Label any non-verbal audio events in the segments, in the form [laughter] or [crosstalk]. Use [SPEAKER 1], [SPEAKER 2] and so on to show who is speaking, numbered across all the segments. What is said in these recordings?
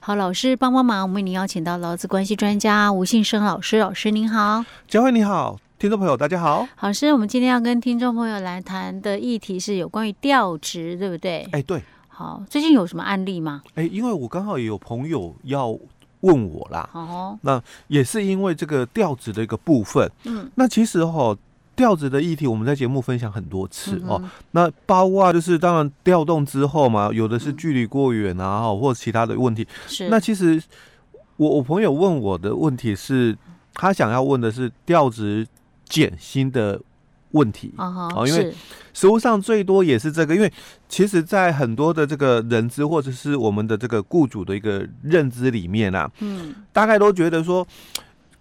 [SPEAKER 1] 好，老师帮帮忙，我们为您邀请到劳资关系专家吴信生老师，老师您好。
[SPEAKER 2] 佳慧你好，听众朋友大家好。
[SPEAKER 1] 老师，我们今天要跟听众朋友来谈的议题是有关于调职，对不对？
[SPEAKER 2] 哎，对，
[SPEAKER 1] 好，最近有什么案例吗？
[SPEAKER 2] 哎，因为我刚好也有朋友要问我啦，
[SPEAKER 1] 哦，
[SPEAKER 2] 也是因为这个调子的一个部分。
[SPEAKER 1] 嗯，
[SPEAKER 2] 那其实哈、调子的议题我们在节目分享很多次
[SPEAKER 1] 嗯
[SPEAKER 2] 哦。
[SPEAKER 1] 哼
[SPEAKER 2] 那包括就是当然调动之后嘛，有的是
[SPEAKER 1] 嗯
[SPEAKER 2] 距离过远啊，哦或其他的问题。
[SPEAKER 1] 是
[SPEAKER 2] 那其实我我朋友问我的问题是，他想要问的是调职减薪的问题。
[SPEAKER 1] 啊哈、
[SPEAKER 2] 哦因为
[SPEAKER 1] 是
[SPEAKER 2] 实务上最多也是这个，因为其实，在很多的这个人资或者是我们的这个雇主的一个认知里面啊，
[SPEAKER 1] 嗯
[SPEAKER 2] 大概都觉得说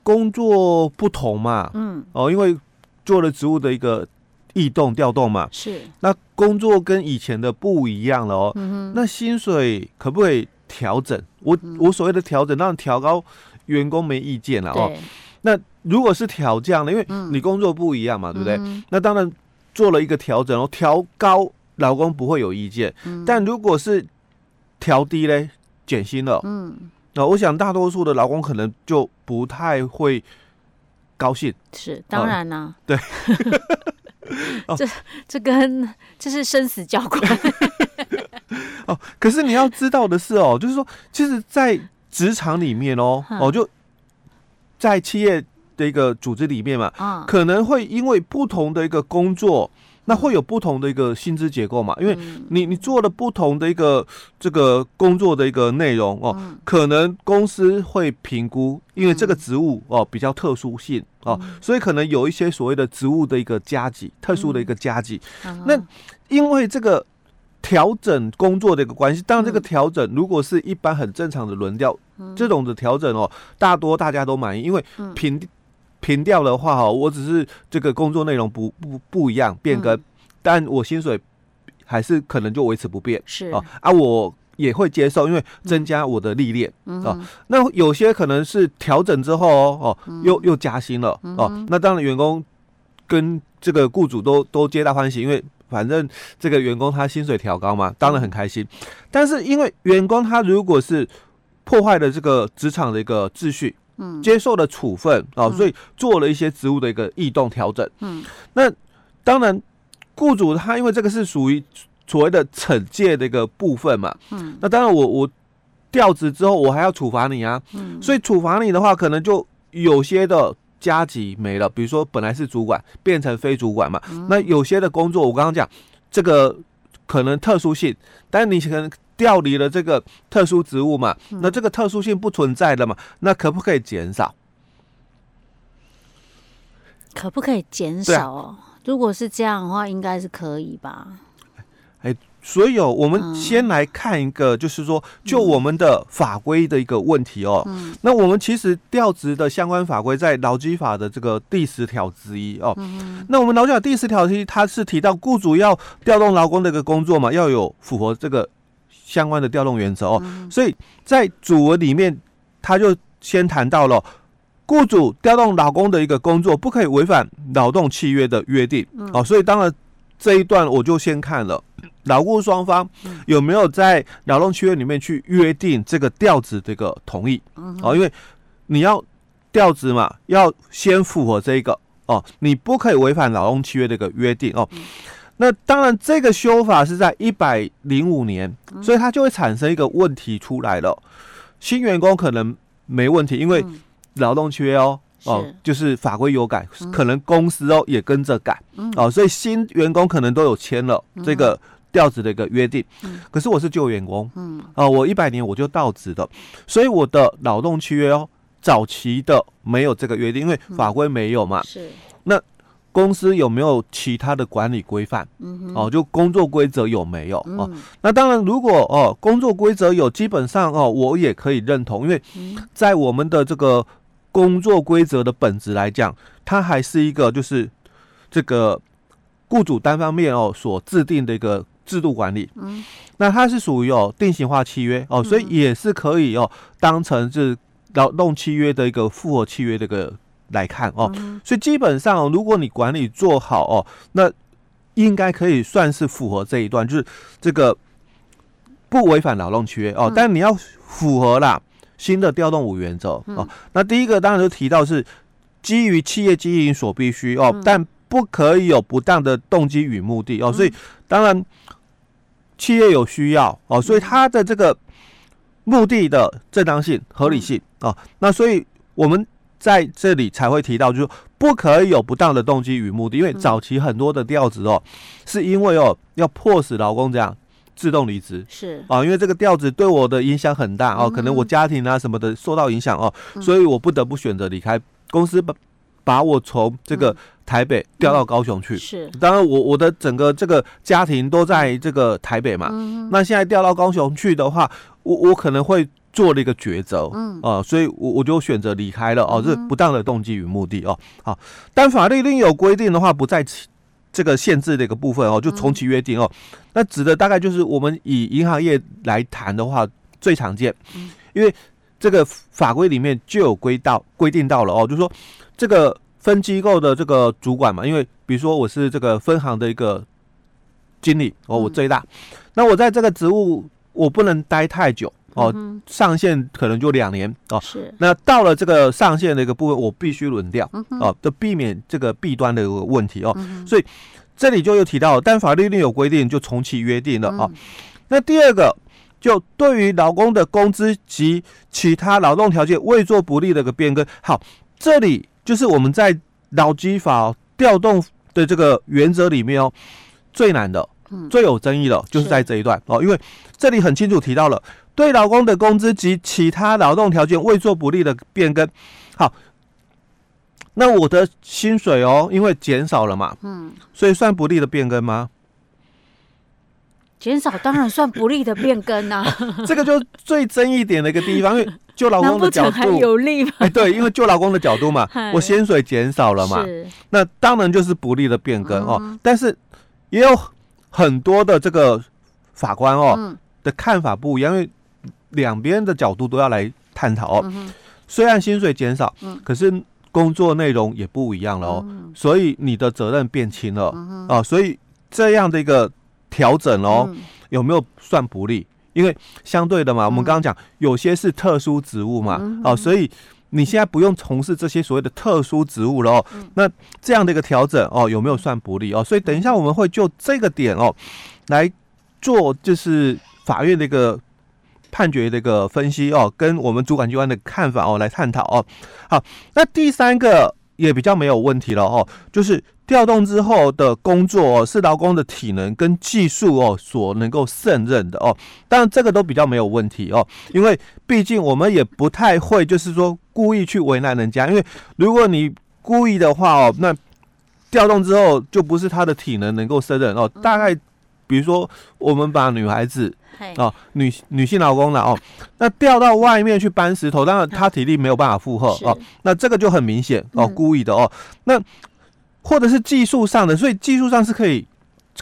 [SPEAKER 2] 工作不同嘛，
[SPEAKER 1] 嗯
[SPEAKER 2] 哦，因为做了职务的一个异动调动嘛，
[SPEAKER 1] 是
[SPEAKER 2] 那工作跟以前的不一样了哦，
[SPEAKER 1] 嗯哼嗯
[SPEAKER 2] 那薪水可不可以调整？我我所谓的调整，当然调高员工没意见了哦。
[SPEAKER 1] 对
[SPEAKER 2] 那如果是调降了，因为
[SPEAKER 1] 嗯
[SPEAKER 2] 你工作不一样嘛，对不对？
[SPEAKER 1] 嗯
[SPEAKER 2] 那当然做了一个调整哦，调高老公不会有意见，
[SPEAKER 1] 哼
[SPEAKER 2] 但如果是调低嘞，减薪了，
[SPEAKER 1] 嗯
[SPEAKER 2] 那、我想大多数的老公可能就不太会高兴。
[SPEAKER 1] 是当然啦、
[SPEAKER 2] 对
[SPEAKER 1] [laughs]
[SPEAKER 2] 哦
[SPEAKER 1] 这这跟这是生死交
[SPEAKER 2] [laughs]
[SPEAKER 1] 关，
[SPEAKER 2] 哦可是你要知道的是哦， [laughs] 就是说，其实，在职场里面哦，
[SPEAKER 1] 嗯
[SPEAKER 2] 哦，就在企业的一个组织里面嘛，
[SPEAKER 1] 啊，
[SPEAKER 2] 可能会因为不同的一个工作，那会有不同的一个薪资结构嘛，因为
[SPEAKER 1] 嗯
[SPEAKER 2] 你你做了不同的一个这个工作的一个内容哦，
[SPEAKER 1] 嗯
[SPEAKER 2] 可能公司会评估，因为这个
[SPEAKER 1] 嗯
[SPEAKER 2] 职务哦比较特殊性哦，
[SPEAKER 1] 嗯
[SPEAKER 2] 所以可能有一些所谓的职务的一个加级，特殊的一
[SPEAKER 1] 嗯
[SPEAKER 2] 个加级，
[SPEAKER 1] 啊
[SPEAKER 2] 那因为这个。调整工作的一个关系，当然这个
[SPEAKER 1] 嗯
[SPEAKER 2] 调整如果是一般很正常的轮调，这种的调整哦，大多大家都满意，因为
[SPEAKER 1] 嗯
[SPEAKER 2] 评评调的话哦，我只是这个工作内容不不不一样变更，
[SPEAKER 1] 嗯
[SPEAKER 2] 但我薪水还是可能就维持不变
[SPEAKER 1] 是
[SPEAKER 2] 哦啊，我也会接受，因为增加我的历练。
[SPEAKER 1] 嗯
[SPEAKER 2] 哦
[SPEAKER 1] 哼
[SPEAKER 2] 那有些可能是调整之后哦，哦，又又加薪了
[SPEAKER 1] 嗯
[SPEAKER 2] 哦
[SPEAKER 1] 哼。
[SPEAKER 2] 那当然，员工跟这个雇主都都皆大欢喜，因为反正这个员工他薪水调高嘛，当然很开心。但是因为员工他如果是破坏了这个职场的一个秩序，
[SPEAKER 1] 嗯
[SPEAKER 2] 接受了处分哦，
[SPEAKER 1] 嗯
[SPEAKER 2] 所以做了一些职务的一个异动调整。
[SPEAKER 1] 嗯
[SPEAKER 2] 当然，雇主他因为这个是属于所谓的惩戒的一个部分嘛。
[SPEAKER 1] 嗯
[SPEAKER 2] 那当然我，我调职之后，我还要处罚你啊。
[SPEAKER 1] 嗯，
[SPEAKER 2] 所以处罚你的话，可能就有些的加级没了，比如说本来是主管变成非主管嘛，那有些的工作我刚刚讲这个可能特殊性，但你可能调离了这个特殊职务嘛，那这个特殊性不存在了嘛，那可不可以减少？
[SPEAKER 1] 可不可以减
[SPEAKER 2] 对啊
[SPEAKER 1] 少哦？如果是这样的话，应该是可以吧？
[SPEAKER 2] 所以哦，我
[SPEAKER 1] 嗯
[SPEAKER 2] 们先来看一个，就是说，就我们的法规的一个问题哦。
[SPEAKER 1] 嗯
[SPEAKER 2] 那我们其实调职的相关法规在劳基法的这个第十条之一哦。
[SPEAKER 1] 嗯
[SPEAKER 2] 那我们劳基法第十条其实它是提到雇主要调动劳工的一个工作嘛，要有符合这个相关的调动原则哦。
[SPEAKER 1] 嗯
[SPEAKER 2] 所以在主文里面，他就先谈到了雇主调动劳工的一个工作，不可以违反劳动契约的约定
[SPEAKER 1] 嗯
[SPEAKER 2] 哦。所以当然这一段我就先看了。劳雇双方
[SPEAKER 1] 嗯
[SPEAKER 2] 有没有在劳动契约里面去约定这个调职的一个同意？
[SPEAKER 1] 嗯
[SPEAKER 2] 哦，因为你要调职嘛，要先符合这个哦，你不可以违反劳动契约的一个约定哦。
[SPEAKER 1] 嗯
[SPEAKER 2] 那当然，这个修法是在一百零五年，
[SPEAKER 1] 嗯
[SPEAKER 2] 所以它就会产生一个问题出来了。新员工可能没问题，因为
[SPEAKER 1] 嗯
[SPEAKER 2] 劳动契约哦。哦
[SPEAKER 1] 是，
[SPEAKER 2] 就是法规有改
[SPEAKER 1] 嗯，
[SPEAKER 2] 可能公司哦也跟着改
[SPEAKER 1] 嗯
[SPEAKER 2] 哦，所以新员工可能都有签了这个调职的一个约定
[SPEAKER 1] 嗯。
[SPEAKER 2] 可是我是旧员工，
[SPEAKER 1] 嗯
[SPEAKER 2] 啊、我一百年我就到职的，所以我的劳动契约哦，早期的没有这个约定，因为法规没有嘛。
[SPEAKER 1] 是
[SPEAKER 2] 公司有没有其他的管理规范？
[SPEAKER 1] 嗯哼
[SPEAKER 2] 哦、就工作规则有没有？哦、
[SPEAKER 1] 嗯
[SPEAKER 2] 那当然，如果哦工作规则有，基本上哦我也可以认同，因为
[SPEAKER 1] 嗯
[SPEAKER 2] 在我们的这个工作规则的本质来讲，它还是一个就是这个雇主单方面哦所制定的一个制度管理。
[SPEAKER 1] 嗯
[SPEAKER 2] 那它是属于哦定型化契约哦，所以
[SPEAKER 1] 嗯
[SPEAKER 2] 也是可以哦当成是劳动契约的一个复合契约的一个来看哦。
[SPEAKER 1] 嗯
[SPEAKER 2] 所以基本上、哦，如果你管理做好哦，那应该可以算是符合这一段，就是这个不违反劳动契约哦
[SPEAKER 1] 嗯，
[SPEAKER 2] 但你要符合啦新的调动五原则
[SPEAKER 1] 嗯
[SPEAKER 2] 哦。那第一个当然就提到是基于企业经营所必须哦
[SPEAKER 1] 嗯，
[SPEAKER 2] 但不可以有不当的动机与目的哦，所以当然企业有需要
[SPEAKER 1] 嗯
[SPEAKER 2] 哦，所以它的这个目的的正当性、合理性
[SPEAKER 1] 嗯
[SPEAKER 2] 哦，那所以我们在这里才会提到，就是不可以有不当的动机与目的，
[SPEAKER 1] 嗯
[SPEAKER 2] 因为早期很多的调职哦，是因为哦要迫使劳工这样自动离职。
[SPEAKER 1] 是
[SPEAKER 2] 啊，因为这个调子对我的影响很大
[SPEAKER 1] 嗯
[SPEAKER 2] 哦，可能我家庭啊什么的受到影响哦，所以我不得不选择离开公司把，把我从这
[SPEAKER 1] 嗯
[SPEAKER 2] 个台北调到高雄去。
[SPEAKER 1] 是，
[SPEAKER 2] 当然我我的整个这个家庭都在这个台北嘛，
[SPEAKER 1] 嗯
[SPEAKER 2] 那现在调到高雄去的话，我我可能会做了一个抉择，
[SPEAKER 1] 嗯
[SPEAKER 2] 哦，所以我我就选择离开了哦，这是
[SPEAKER 1] 嗯
[SPEAKER 2] 不当的动机与目的哦。好，但法律另有规定的话，不在其这个限制的一个部分哦，
[SPEAKER 1] 嗯
[SPEAKER 2] 就从其约定哦。那指的大概就是我们以银行业来谈的话，最常见，
[SPEAKER 1] 嗯
[SPEAKER 2] 因为这个法规里面就有规到规定到了哦，就是说这个分机构的这个主管嘛，因为比如说我是这个分行的一个经理哦，我
[SPEAKER 1] 嗯
[SPEAKER 2] 最大，那我在这个职务我不能待太久哦，
[SPEAKER 1] 嗯
[SPEAKER 2] 上限可能就两年哦
[SPEAKER 1] 哼，。是
[SPEAKER 2] 那到了这个上限的一个部分，我必须轮调哦，就避免这个弊端的一个问题哦。所以这里就又提到，但法律另有规定，就从其约定了
[SPEAKER 1] 嗯
[SPEAKER 2] 哦。那第二个，就对于劳工的工资及其他劳动条件未做不利的一个变更，好，这里就是我们在劳基法调动的这个原则里面哦，最难的
[SPEAKER 1] 嗯。
[SPEAKER 2] 最有争议的就是
[SPEAKER 1] 是
[SPEAKER 2] 在这一段哦，因为这里很清楚提到了对劳工的工资及其他劳动条件未做不利的变更。好，那我的薪水哦，因为减少了嘛，
[SPEAKER 1] 嗯，
[SPEAKER 2] 所以算不利的变更吗？
[SPEAKER 1] 减少当然算不利的变更啊
[SPEAKER 2] [laughs]
[SPEAKER 1] 呐、 [laughs]
[SPEAKER 2] 这个就是最争议点的一个地方，因为就劳
[SPEAKER 1] 难
[SPEAKER 2] 工
[SPEAKER 1] 不
[SPEAKER 2] 的角
[SPEAKER 1] 成还
[SPEAKER 2] 度，
[SPEAKER 1] 有利吗？
[SPEAKER 2] 哎，对，因为就劳工的角度嘛
[SPEAKER 1] [laughs] 嗨，
[SPEAKER 2] 我薪水减少 [laughs] 了嘛，
[SPEAKER 1] 是，
[SPEAKER 2] 那当然就是不利的变更
[SPEAKER 1] 嗯
[SPEAKER 2] 哦。但是也有很多的这个法官哦
[SPEAKER 1] 嗯
[SPEAKER 2] 的看法不一样，因为两边的角度都要来探讨哦。
[SPEAKER 1] 嗯哼
[SPEAKER 2] 虽然薪水减少
[SPEAKER 1] 嗯，
[SPEAKER 2] 可是工作内容也不一样了哦，
[SPEAKER 1] 嗯
[SPEAKER 2] 所以你的责任变轻了
[SPEAKER 1] 嗯哼
[SPEAKER 2] 啊，所以这样的一个调整哦，
[SPEAKER 1] 嗯
[SPEAKER 2] 有没有算不利？因为相对的嘛，我们刚刚讲有些是特殊职务嘛，
[SPEAKER 1] 嗯
[SPEAKER 2] 哦、所以你现在不用从事这些所谓的特殊职务了哦。那这样的一个调整哦，有没有算不利哦？所以等一下我们会就这个点哦来做，就是法院的一个判决的一个分析哦，跟我们主管机关的看法哦来探讨哦。好，那第三个也比较没有问题了哦，就是调动之后的工作、哦、是劳工的体能跟技术哦所能够胜任的哦，当然这个都比较没有问题哦，因为毕竟我们也不太会就是说故意去为难人家，因为如果你故意的话哦，那调动之后就不是他的体能能够胜任哦，大概比如说我们把女孩子
[SPEAKER 1] 嘿
[SPEAKER 2] 哦，女女性劳工了哦，那调到外面去搬石头，当然她体力没有办法负荷
[SPEAKER 1] 是
[SPEAKER 2] 哦，那这个就很明显哦，
[SPEAKER 1] 嗯
[SPEAKER 2] 故意的哦，那或者是技术上的，所以技术上是可以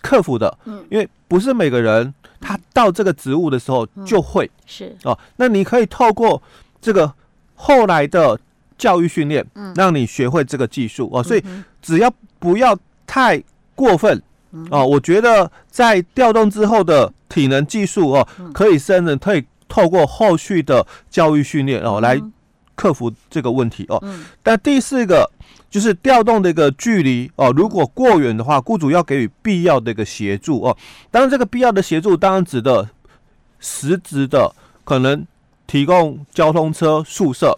[SPEAKER 2] 克服的，
[SPEAKER 1] 嗯
[SPEAKER 2] 因为不是每个人他到这个职务的时候
[SPEAKER 1] 嗯
[SPEAKER 2] 就会、
[SPEAKER 1] 是
[SPEAKER 2] 哦，那你可以透过这个后来的教育训练，
[SPEAKER 1] 嗯
[SPEAKER 2] 让你学会这个技术哦，所以
[SPEAKER 1] 嗯
[SPEAKER 2] 只要不要太过分
[SPEAKER 1] 嗯
[SPEAKER 2] 哦，我觉得在调动之后的体能技术哦
[SPEAKER 1] 嗯，
[SPEAKER 2] 可以胜任，可以透过后续的教育训练哦
[SPEAKER 1] 哼
[SPEAKER 2] 来克服这个问题哦。
[SPEAKER 1] 嗯
[SPEAKER 2] 但第四个就是调动的一个距离
[SPEAKER 1] 嗯
[SPEAKER 2] 哦，如果过远的话，雇主要给予必要的一个协助哦。当然，这个必要的协助当然指的实质的，可能提供交通车、宿舍，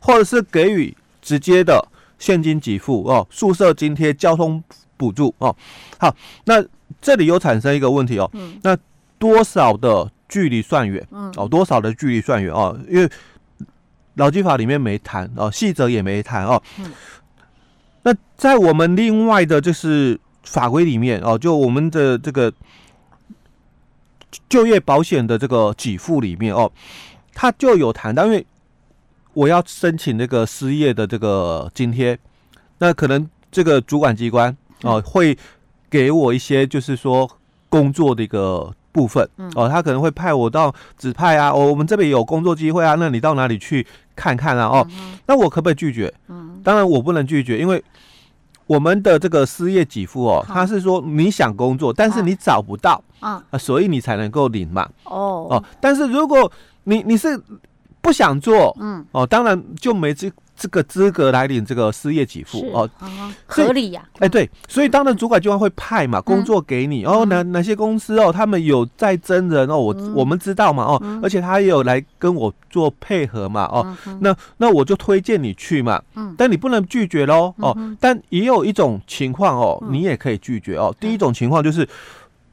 [SPEAKER 2] 或者是给予直接的现金给付哦，宿舍津贴、交通补助哦。好，那这里又产生一个问题哦，
[SPEAKER 1] 嗯
[SPEAKER 2] 那多少的距离算远？
[SPEAKER 1] 嗯
[SPEAKER 2] 哦，多少的距离算远哦？因为劳基法里面没谈哦，细则也没谈哦。
[SPEAKER 1] 嗯
[SPEAKER 2] 那在我们另外的就是法规里面哦，就我们的这个就业保险的这个给付里面哦，它就有谈到，因为我要申请那个失业的这个津贴，那可能这个主管机关
[SPEAKER 1] 嗯
[SPEAKER 2] 哦会给我一些就是说工作的一个部分
[SPEAKER 1] 嗯
[SPEAKER 2] 哦，他可能会派我到指派啊，哦，我们这边有工作机会啊，那你到哪里去看看啊？哦，那我可不可以拒绝？
[SPEAKER 1] 嗯
[SPEAKER 2] 当然我不能拒绝，因为我们的这个失业给付哦，
[SPEAKER 1] 好
[SPEAKER 2] 他是说你想工作，但是
[SPEAKER 1] 啊
[SPEAKER 2] 你找不到，
[SPEAKER 1] 嗯，
[SPEAKER 2] 啊，所以你才能够领嘛。
[SPEAKER 1] 哦，
[SPEAKER 2] 哦，但是如果你你是不想做
[SPEAKER 1] 嗯，
[SPEAKER 2] 哦，当然就没这这个资格来领这个失业给付
[SPEAKER 1] 是
[SPEAKER 2] 哦。
[SPEAKER 1] 啊，
[SPEAKER 2] 所以
[SPEAKER 1] 合理呀，
[SPEAKER 2] 哎，对，所以当然主管就会派
[SPEAKER 1] 嗯
[SPEAKER 2] 嘛工作给你、哦，哪哪些公司哦，他们有在征人哦，我、
[SPEAKER 1] 嗯
[SPEAKER 2] 我们知道嘛哦，
[SPEAKER 1] 嗯
[SPEAKER 2] 而且他也有来跟我做配合嘛哦，
[SPEAKER 1] 嗯哼，
[SPEAKER 2] 那那我就推荐你去嘛，
[SPEAKER 1] 嗯
[SPEAKER 2] 但你不能拒绝喽哦。但也有一种情况哦，
[SPEAKER 1] 嗯
[SPEAKER 2] 你也可以拒绝哦。第一种情况就是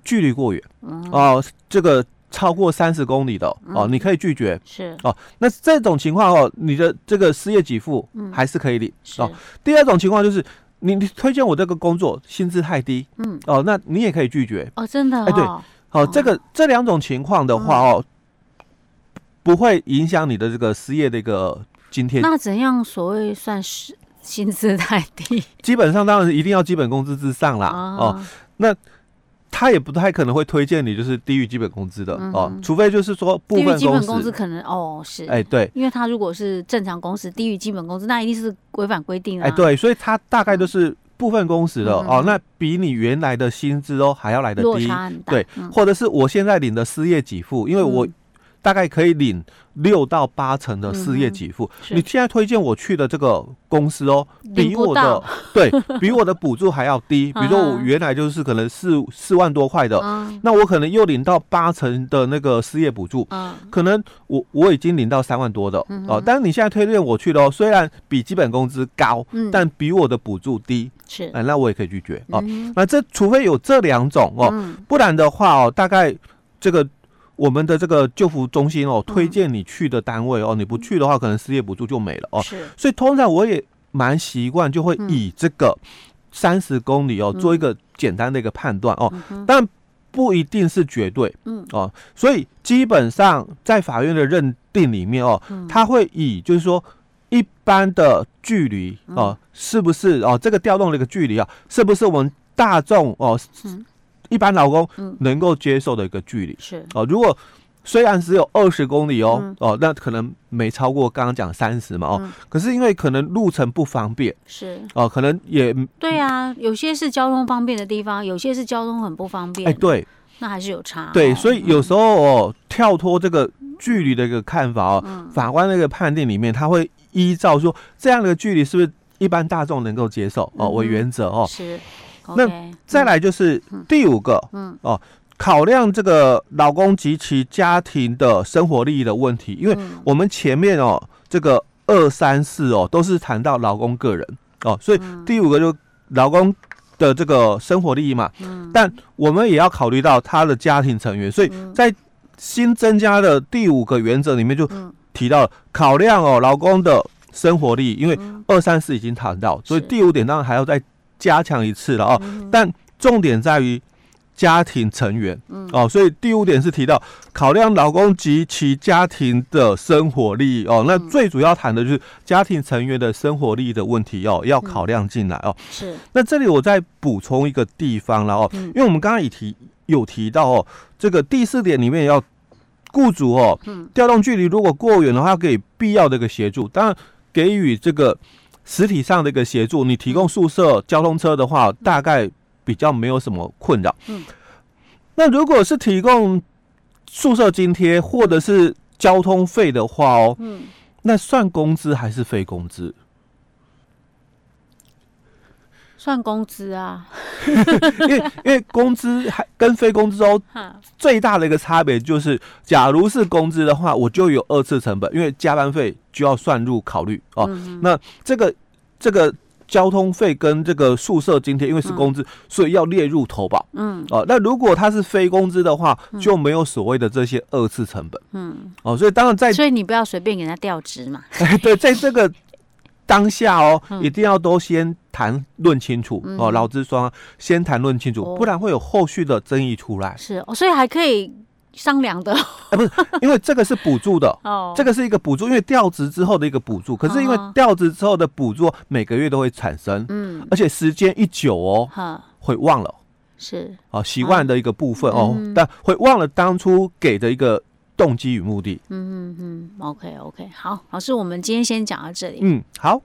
[SPEAKER 2] 距离过远
[SPEAKER 1] 嗯，
[SPEAKER 2] 哦，这个超过三十公里的哦，你可以拒绝。
[SPEAKER 1] 是
[SPEAKER 2] 那这种情况哦，你的这个失业给付
[SPEAKER 1] 嗯
[SPEAKER 2] 还是可以领
[SPEAKER 1] 是
[SPEAKER 2] 哦。，第二种情况就是你你推荐我这个工作薪资太低
[SPEAKER 1] 嗯，
[SPEAKER 2] 哦，那你也可以拒绝
[SPEAKER 1] 哦，真的
[SPEAKER 2] 哎对
[SPEAKER 1] 哦，
[SPEAKER 2] 哦。
[SPEAKER 1] 哦嗯
[SPEAKER 2] 这个这两种情况的话哦，不会影响你的这个失业的一个津贴
[SPEAKER 1] 那怎样所谓算是 [laughs] 薪资太低
[SPEAKER 2] 基本上当然是一定要基本工资之上啦。哦，？他也不太可能会推荐你就是低于基本工资的、
[SPEAKER 1] 嗯
[SPEAKER 2] 哦
[SPEAKER 1] 哼，
[SPEAKER 2] 除非就是说部
[SPEAKER 1] 低于
[SPEAKER 2] 分
[SPEAKER 1] 基本工
[SPEAKER 2] 司
[SPEAKER 1] 资，可能哦是，
[SPEAKER 2] 哎、对，
[SPEAKER 1] 因为他如果是正常工时低于基本工资，那一定是违反规定啊。
[SPEAKER 2] 哎、，对，所以他大概都是部分工时的、
[SPEAKER 1] 嗯
[SPEAKER 2] 哦，那比你原来的薪资哦还要来的
[SPEAKER 1] 落
[SPEAKER 2] 低，
[SPEAKER 1] 差很大。
[SPEAKER 2] 对，
[SPEAKER 1] 嗯
[SPEAKER 2] 或者是我现在领的失业给付，因为我
[SPEAKER 1] 嗯
[SPEAKER 2] 大概可以领六到八成的失业给付，
[SPEAKER 1] 嗯是
[SPEAKER 2] 你现在推荐我去的这个公司哦，
[SPEAKER 1] 领
[SPEAKER 2] 比
[SPEAKER 1] 不
[SPEAKER 2] 我的
[SPEAKER 1] 到啊
[SPEAKER 2] 对比我的补助还要低，比如说我原来就是可能四四万多块的，
[SPEAKER 1] 嗯
[SPEAKER 2] 那我可能又领到八成的那个失业补助，
[SPEAKER 1] 嗯
[SPEAKER 2] 可能我我已经领到三万多的哦、
[SPEAKER 1] 嗯哼
[SPEAKER 2] 但是你现在推荐我去的哦，虽然比基本工资高，
[SPEAKER 1] 嗯，
[SPEAKER 2] 但比我的补助低，
[SPEAKER 1] 是
[SPEAKER 2] 哎，那我也可以拒绝哦、
[SPEAKER 1] 嗯
[SPEAKER 2] 那这除非有这两种哦，
[SPEAKER 1] 嗯
[SPEAKER 2] 不然的话哦，大概这个我们的这个救扶中心哦，推荐你去的单位哦，你不去的话，可能失业补助就没了哦。
[SPEAKER 1] 是
[SPEAKER 2] 所以通常我也蛮习惯，就会
[SPEAKER 1] 嗯
[SPEAKER 2] 以这个三十公里哦、
[SPEAKER 1] 嗯
[SPEAKER 2] 做一个简单的一个判断哦，
[SPEAKER 1] 嗯哼
[SPEAKER 2] 但不一定是绝对。
[SPEAKER 1] 嗯
[SPEAKER 2] 哦，所以基本上在法院的认定里面哦，
[SPEAKER 1] 嗯
[SPEAKER 2] 他会以就是说一般的距离
[SPEAKER 1] 嗯
[SPEAKER 2] 哦，是不是哦这个调动的一个距离啊，是不是我们大众哦
[SPEAKER 1] 嗯
[SPEAKER 2] 一般劳工
[SPEAKER 1] 嗯
[SPEAKER 2] 能够接受的一个距离
[SPEAKER 1] 是
[SPEAKER 2] 哦？如果虽然只有二十公里哦、
[SPEAKER 1] 嗯
[SPEAKER 2] 哦，那可能没超过刚刚讲三十嘛哦，
[SPEAKER 1] 嗯
[SPEAKER 2] 可是因为可能路程不方便
[SPEAKER 1] 是，
[SPEAKER 2] 哦，可能也
[SPEAKER 1] 对啊，有些是交通方便的地方，有些是交通很不方
[SPEAKER 2] 哎
[SPEAKER 1] 便，
[SPEAKER 2] 对
[SPEAKER 1] 那还是有差。
[SPEAKER 2] 对，
[SPEAKER 1] 哦
[SPEAKER 2] 所以有时候哦跳脱这个距离的一个看法哦，
[SPEAKER 1] 嗯
[SPEAKER 2] 法官那个判定里面他会依照说这样的距离是不是一般大众能够接受哦
[SPEAKER 1] 嗯
[SPEAKER 2] 为原则哦。
[SPEAKER 1] 是
[SPEAKER 2] 那
[SPEAKER 1] OK，
[SPEAKER 2] 再来就是第五个，
[SPEAKER 1] 嗯
[SPEAKER 2] 哦，考量这个老公及其家庭的生活利益的问题，因为
[SPEAKER 1] 嗯
[SPEAKER 2] 我们前面哦这个二三四哦都是谈到老公个人哦，所以
[SPEAKER 1] 嗯
[SPEAKER 2] 第五个就老公的这个生活利益嘛，
[SPEAKER 1] 嗯
[SPEAKER 2] 但我们也要考虑到他的家庭成员，所以
[SPEAKER 1] 嗯
[SPEAKER 2] 在新增加的第五个原则里面就
[SPEAKER 1] 嗯
[SPEAKER 2] 提到了考量哦老公的生活利益，因为
[SPEAKER 1] 嗯
[SPEAKER 2] 二三四已经谈到，所以
[SPEAKER 1] 是
[SPEAKER 2] 第五点当然还要再加强一次了哦。
[SPEAKER 1] 嗯哼
[SPEAKER 2] 但重点在于家庭成员，
[SPEAKER 1] 嗯
[SPEAKER 2] 哦，所以第五点是提到考量老公及其家庭的生活利益哦，那
[SPEAKER 1] 嗯
[SPEAKER 2] 最主要谈的就是家庭成员的生活利益的问题哦，要考量进来哦。
[SPEAKER 1] 是
[SPEAKER 2] 那这里我再补充一个地方了哦，
[SPEAKER 1] 嗯
[SPEAKER 2] 因为我们刚刚已提有提到哦，这个第四点里面也要雇主哦
[SPEAKER 1] 嗯，
[SPEAKER 2] 调动距离如果过远的话，要给必要的一个协助，当然给予这个实体上的一个协助，你提供宿舍、交通车的话，大概比较没有什么困扰。
[SPEAKER 1] 嗯，
[SPEAKER 2] 那如果是提供宿舍津贴或者是交通费的话哦，
[SPEAKER 1] 嗯
[SPEAKER 2] 那算工资还是非工资？
[SPEAKER 1] 算工资啊，
[SPEAKER 2] 因为因为工资还跟非工资哦
[SPEAKER 1] 哈
[SPEAKER 2] 最大的一个差别就是，假如是工资的话，我就有二次成本，因为加班费就要算入考虑哦。
[SPEAKER 1] 嗯哼
[SPEAKER 2] 那这个这个交通费跟这个宿舍津贴，因为是工资，所以要列入投保
[SPEAKER 1] 嗯
[SPEAKER 2] 哦。那如果它是非工资的话，就没有所谓的这些二次成本
[SPEAKER 1] 嗯，
[SPEAKER 2] 哦。所以当然在
[SPEAKER 1] 所以你不要随便给人家调职嘛，
[SPEAKER 2] [laughs] 对在这个当下哦，
[SPEAKER 1] 嗯
[SPEAKER 2] 一定要都先谈论清楚
[SPEAKER 1] 嗯
[SPEAKER 2] 哦，劳资双方先谈论清
[SPEAKER 1] 哦
[SPEAKER 2] 楚，不然会有后续的争议出来。
[SPEAKER 1] 是哦，所以还可以商量
[SPEAKER 2] [laughs]
[SPEAKER 1] 的
[SPEAKER 2] 因为这个是补助的。
[SPEAKER 1] 哦。
[SPEAKER 2] 这个是一个补助，因为调职之后的一个补助，可是因为
[SPEAKER 1] 嗯哼
[SPEAKER 2] 调职之后的补助每个月都会产生，
[SPEAKER 1] 嗯，
[SPEAKER 2] 而且时间一久哦，
[SPEAKER 1] 哈
[SPEAKER 2] 会忘了
[SPEAKER 1] 是
[SPEAKER 2] 啊，习惯的一个部分哦，
[SPEAKER 1] 嗯
[SPEAKER 2] 但会忘了当初给的一个动机与目的。
[SPEAKER 1] 嗯嗯嗯，OK OK，好，老师，我们今天先讲到这里。
[SPEAKER 2] 嗯，好。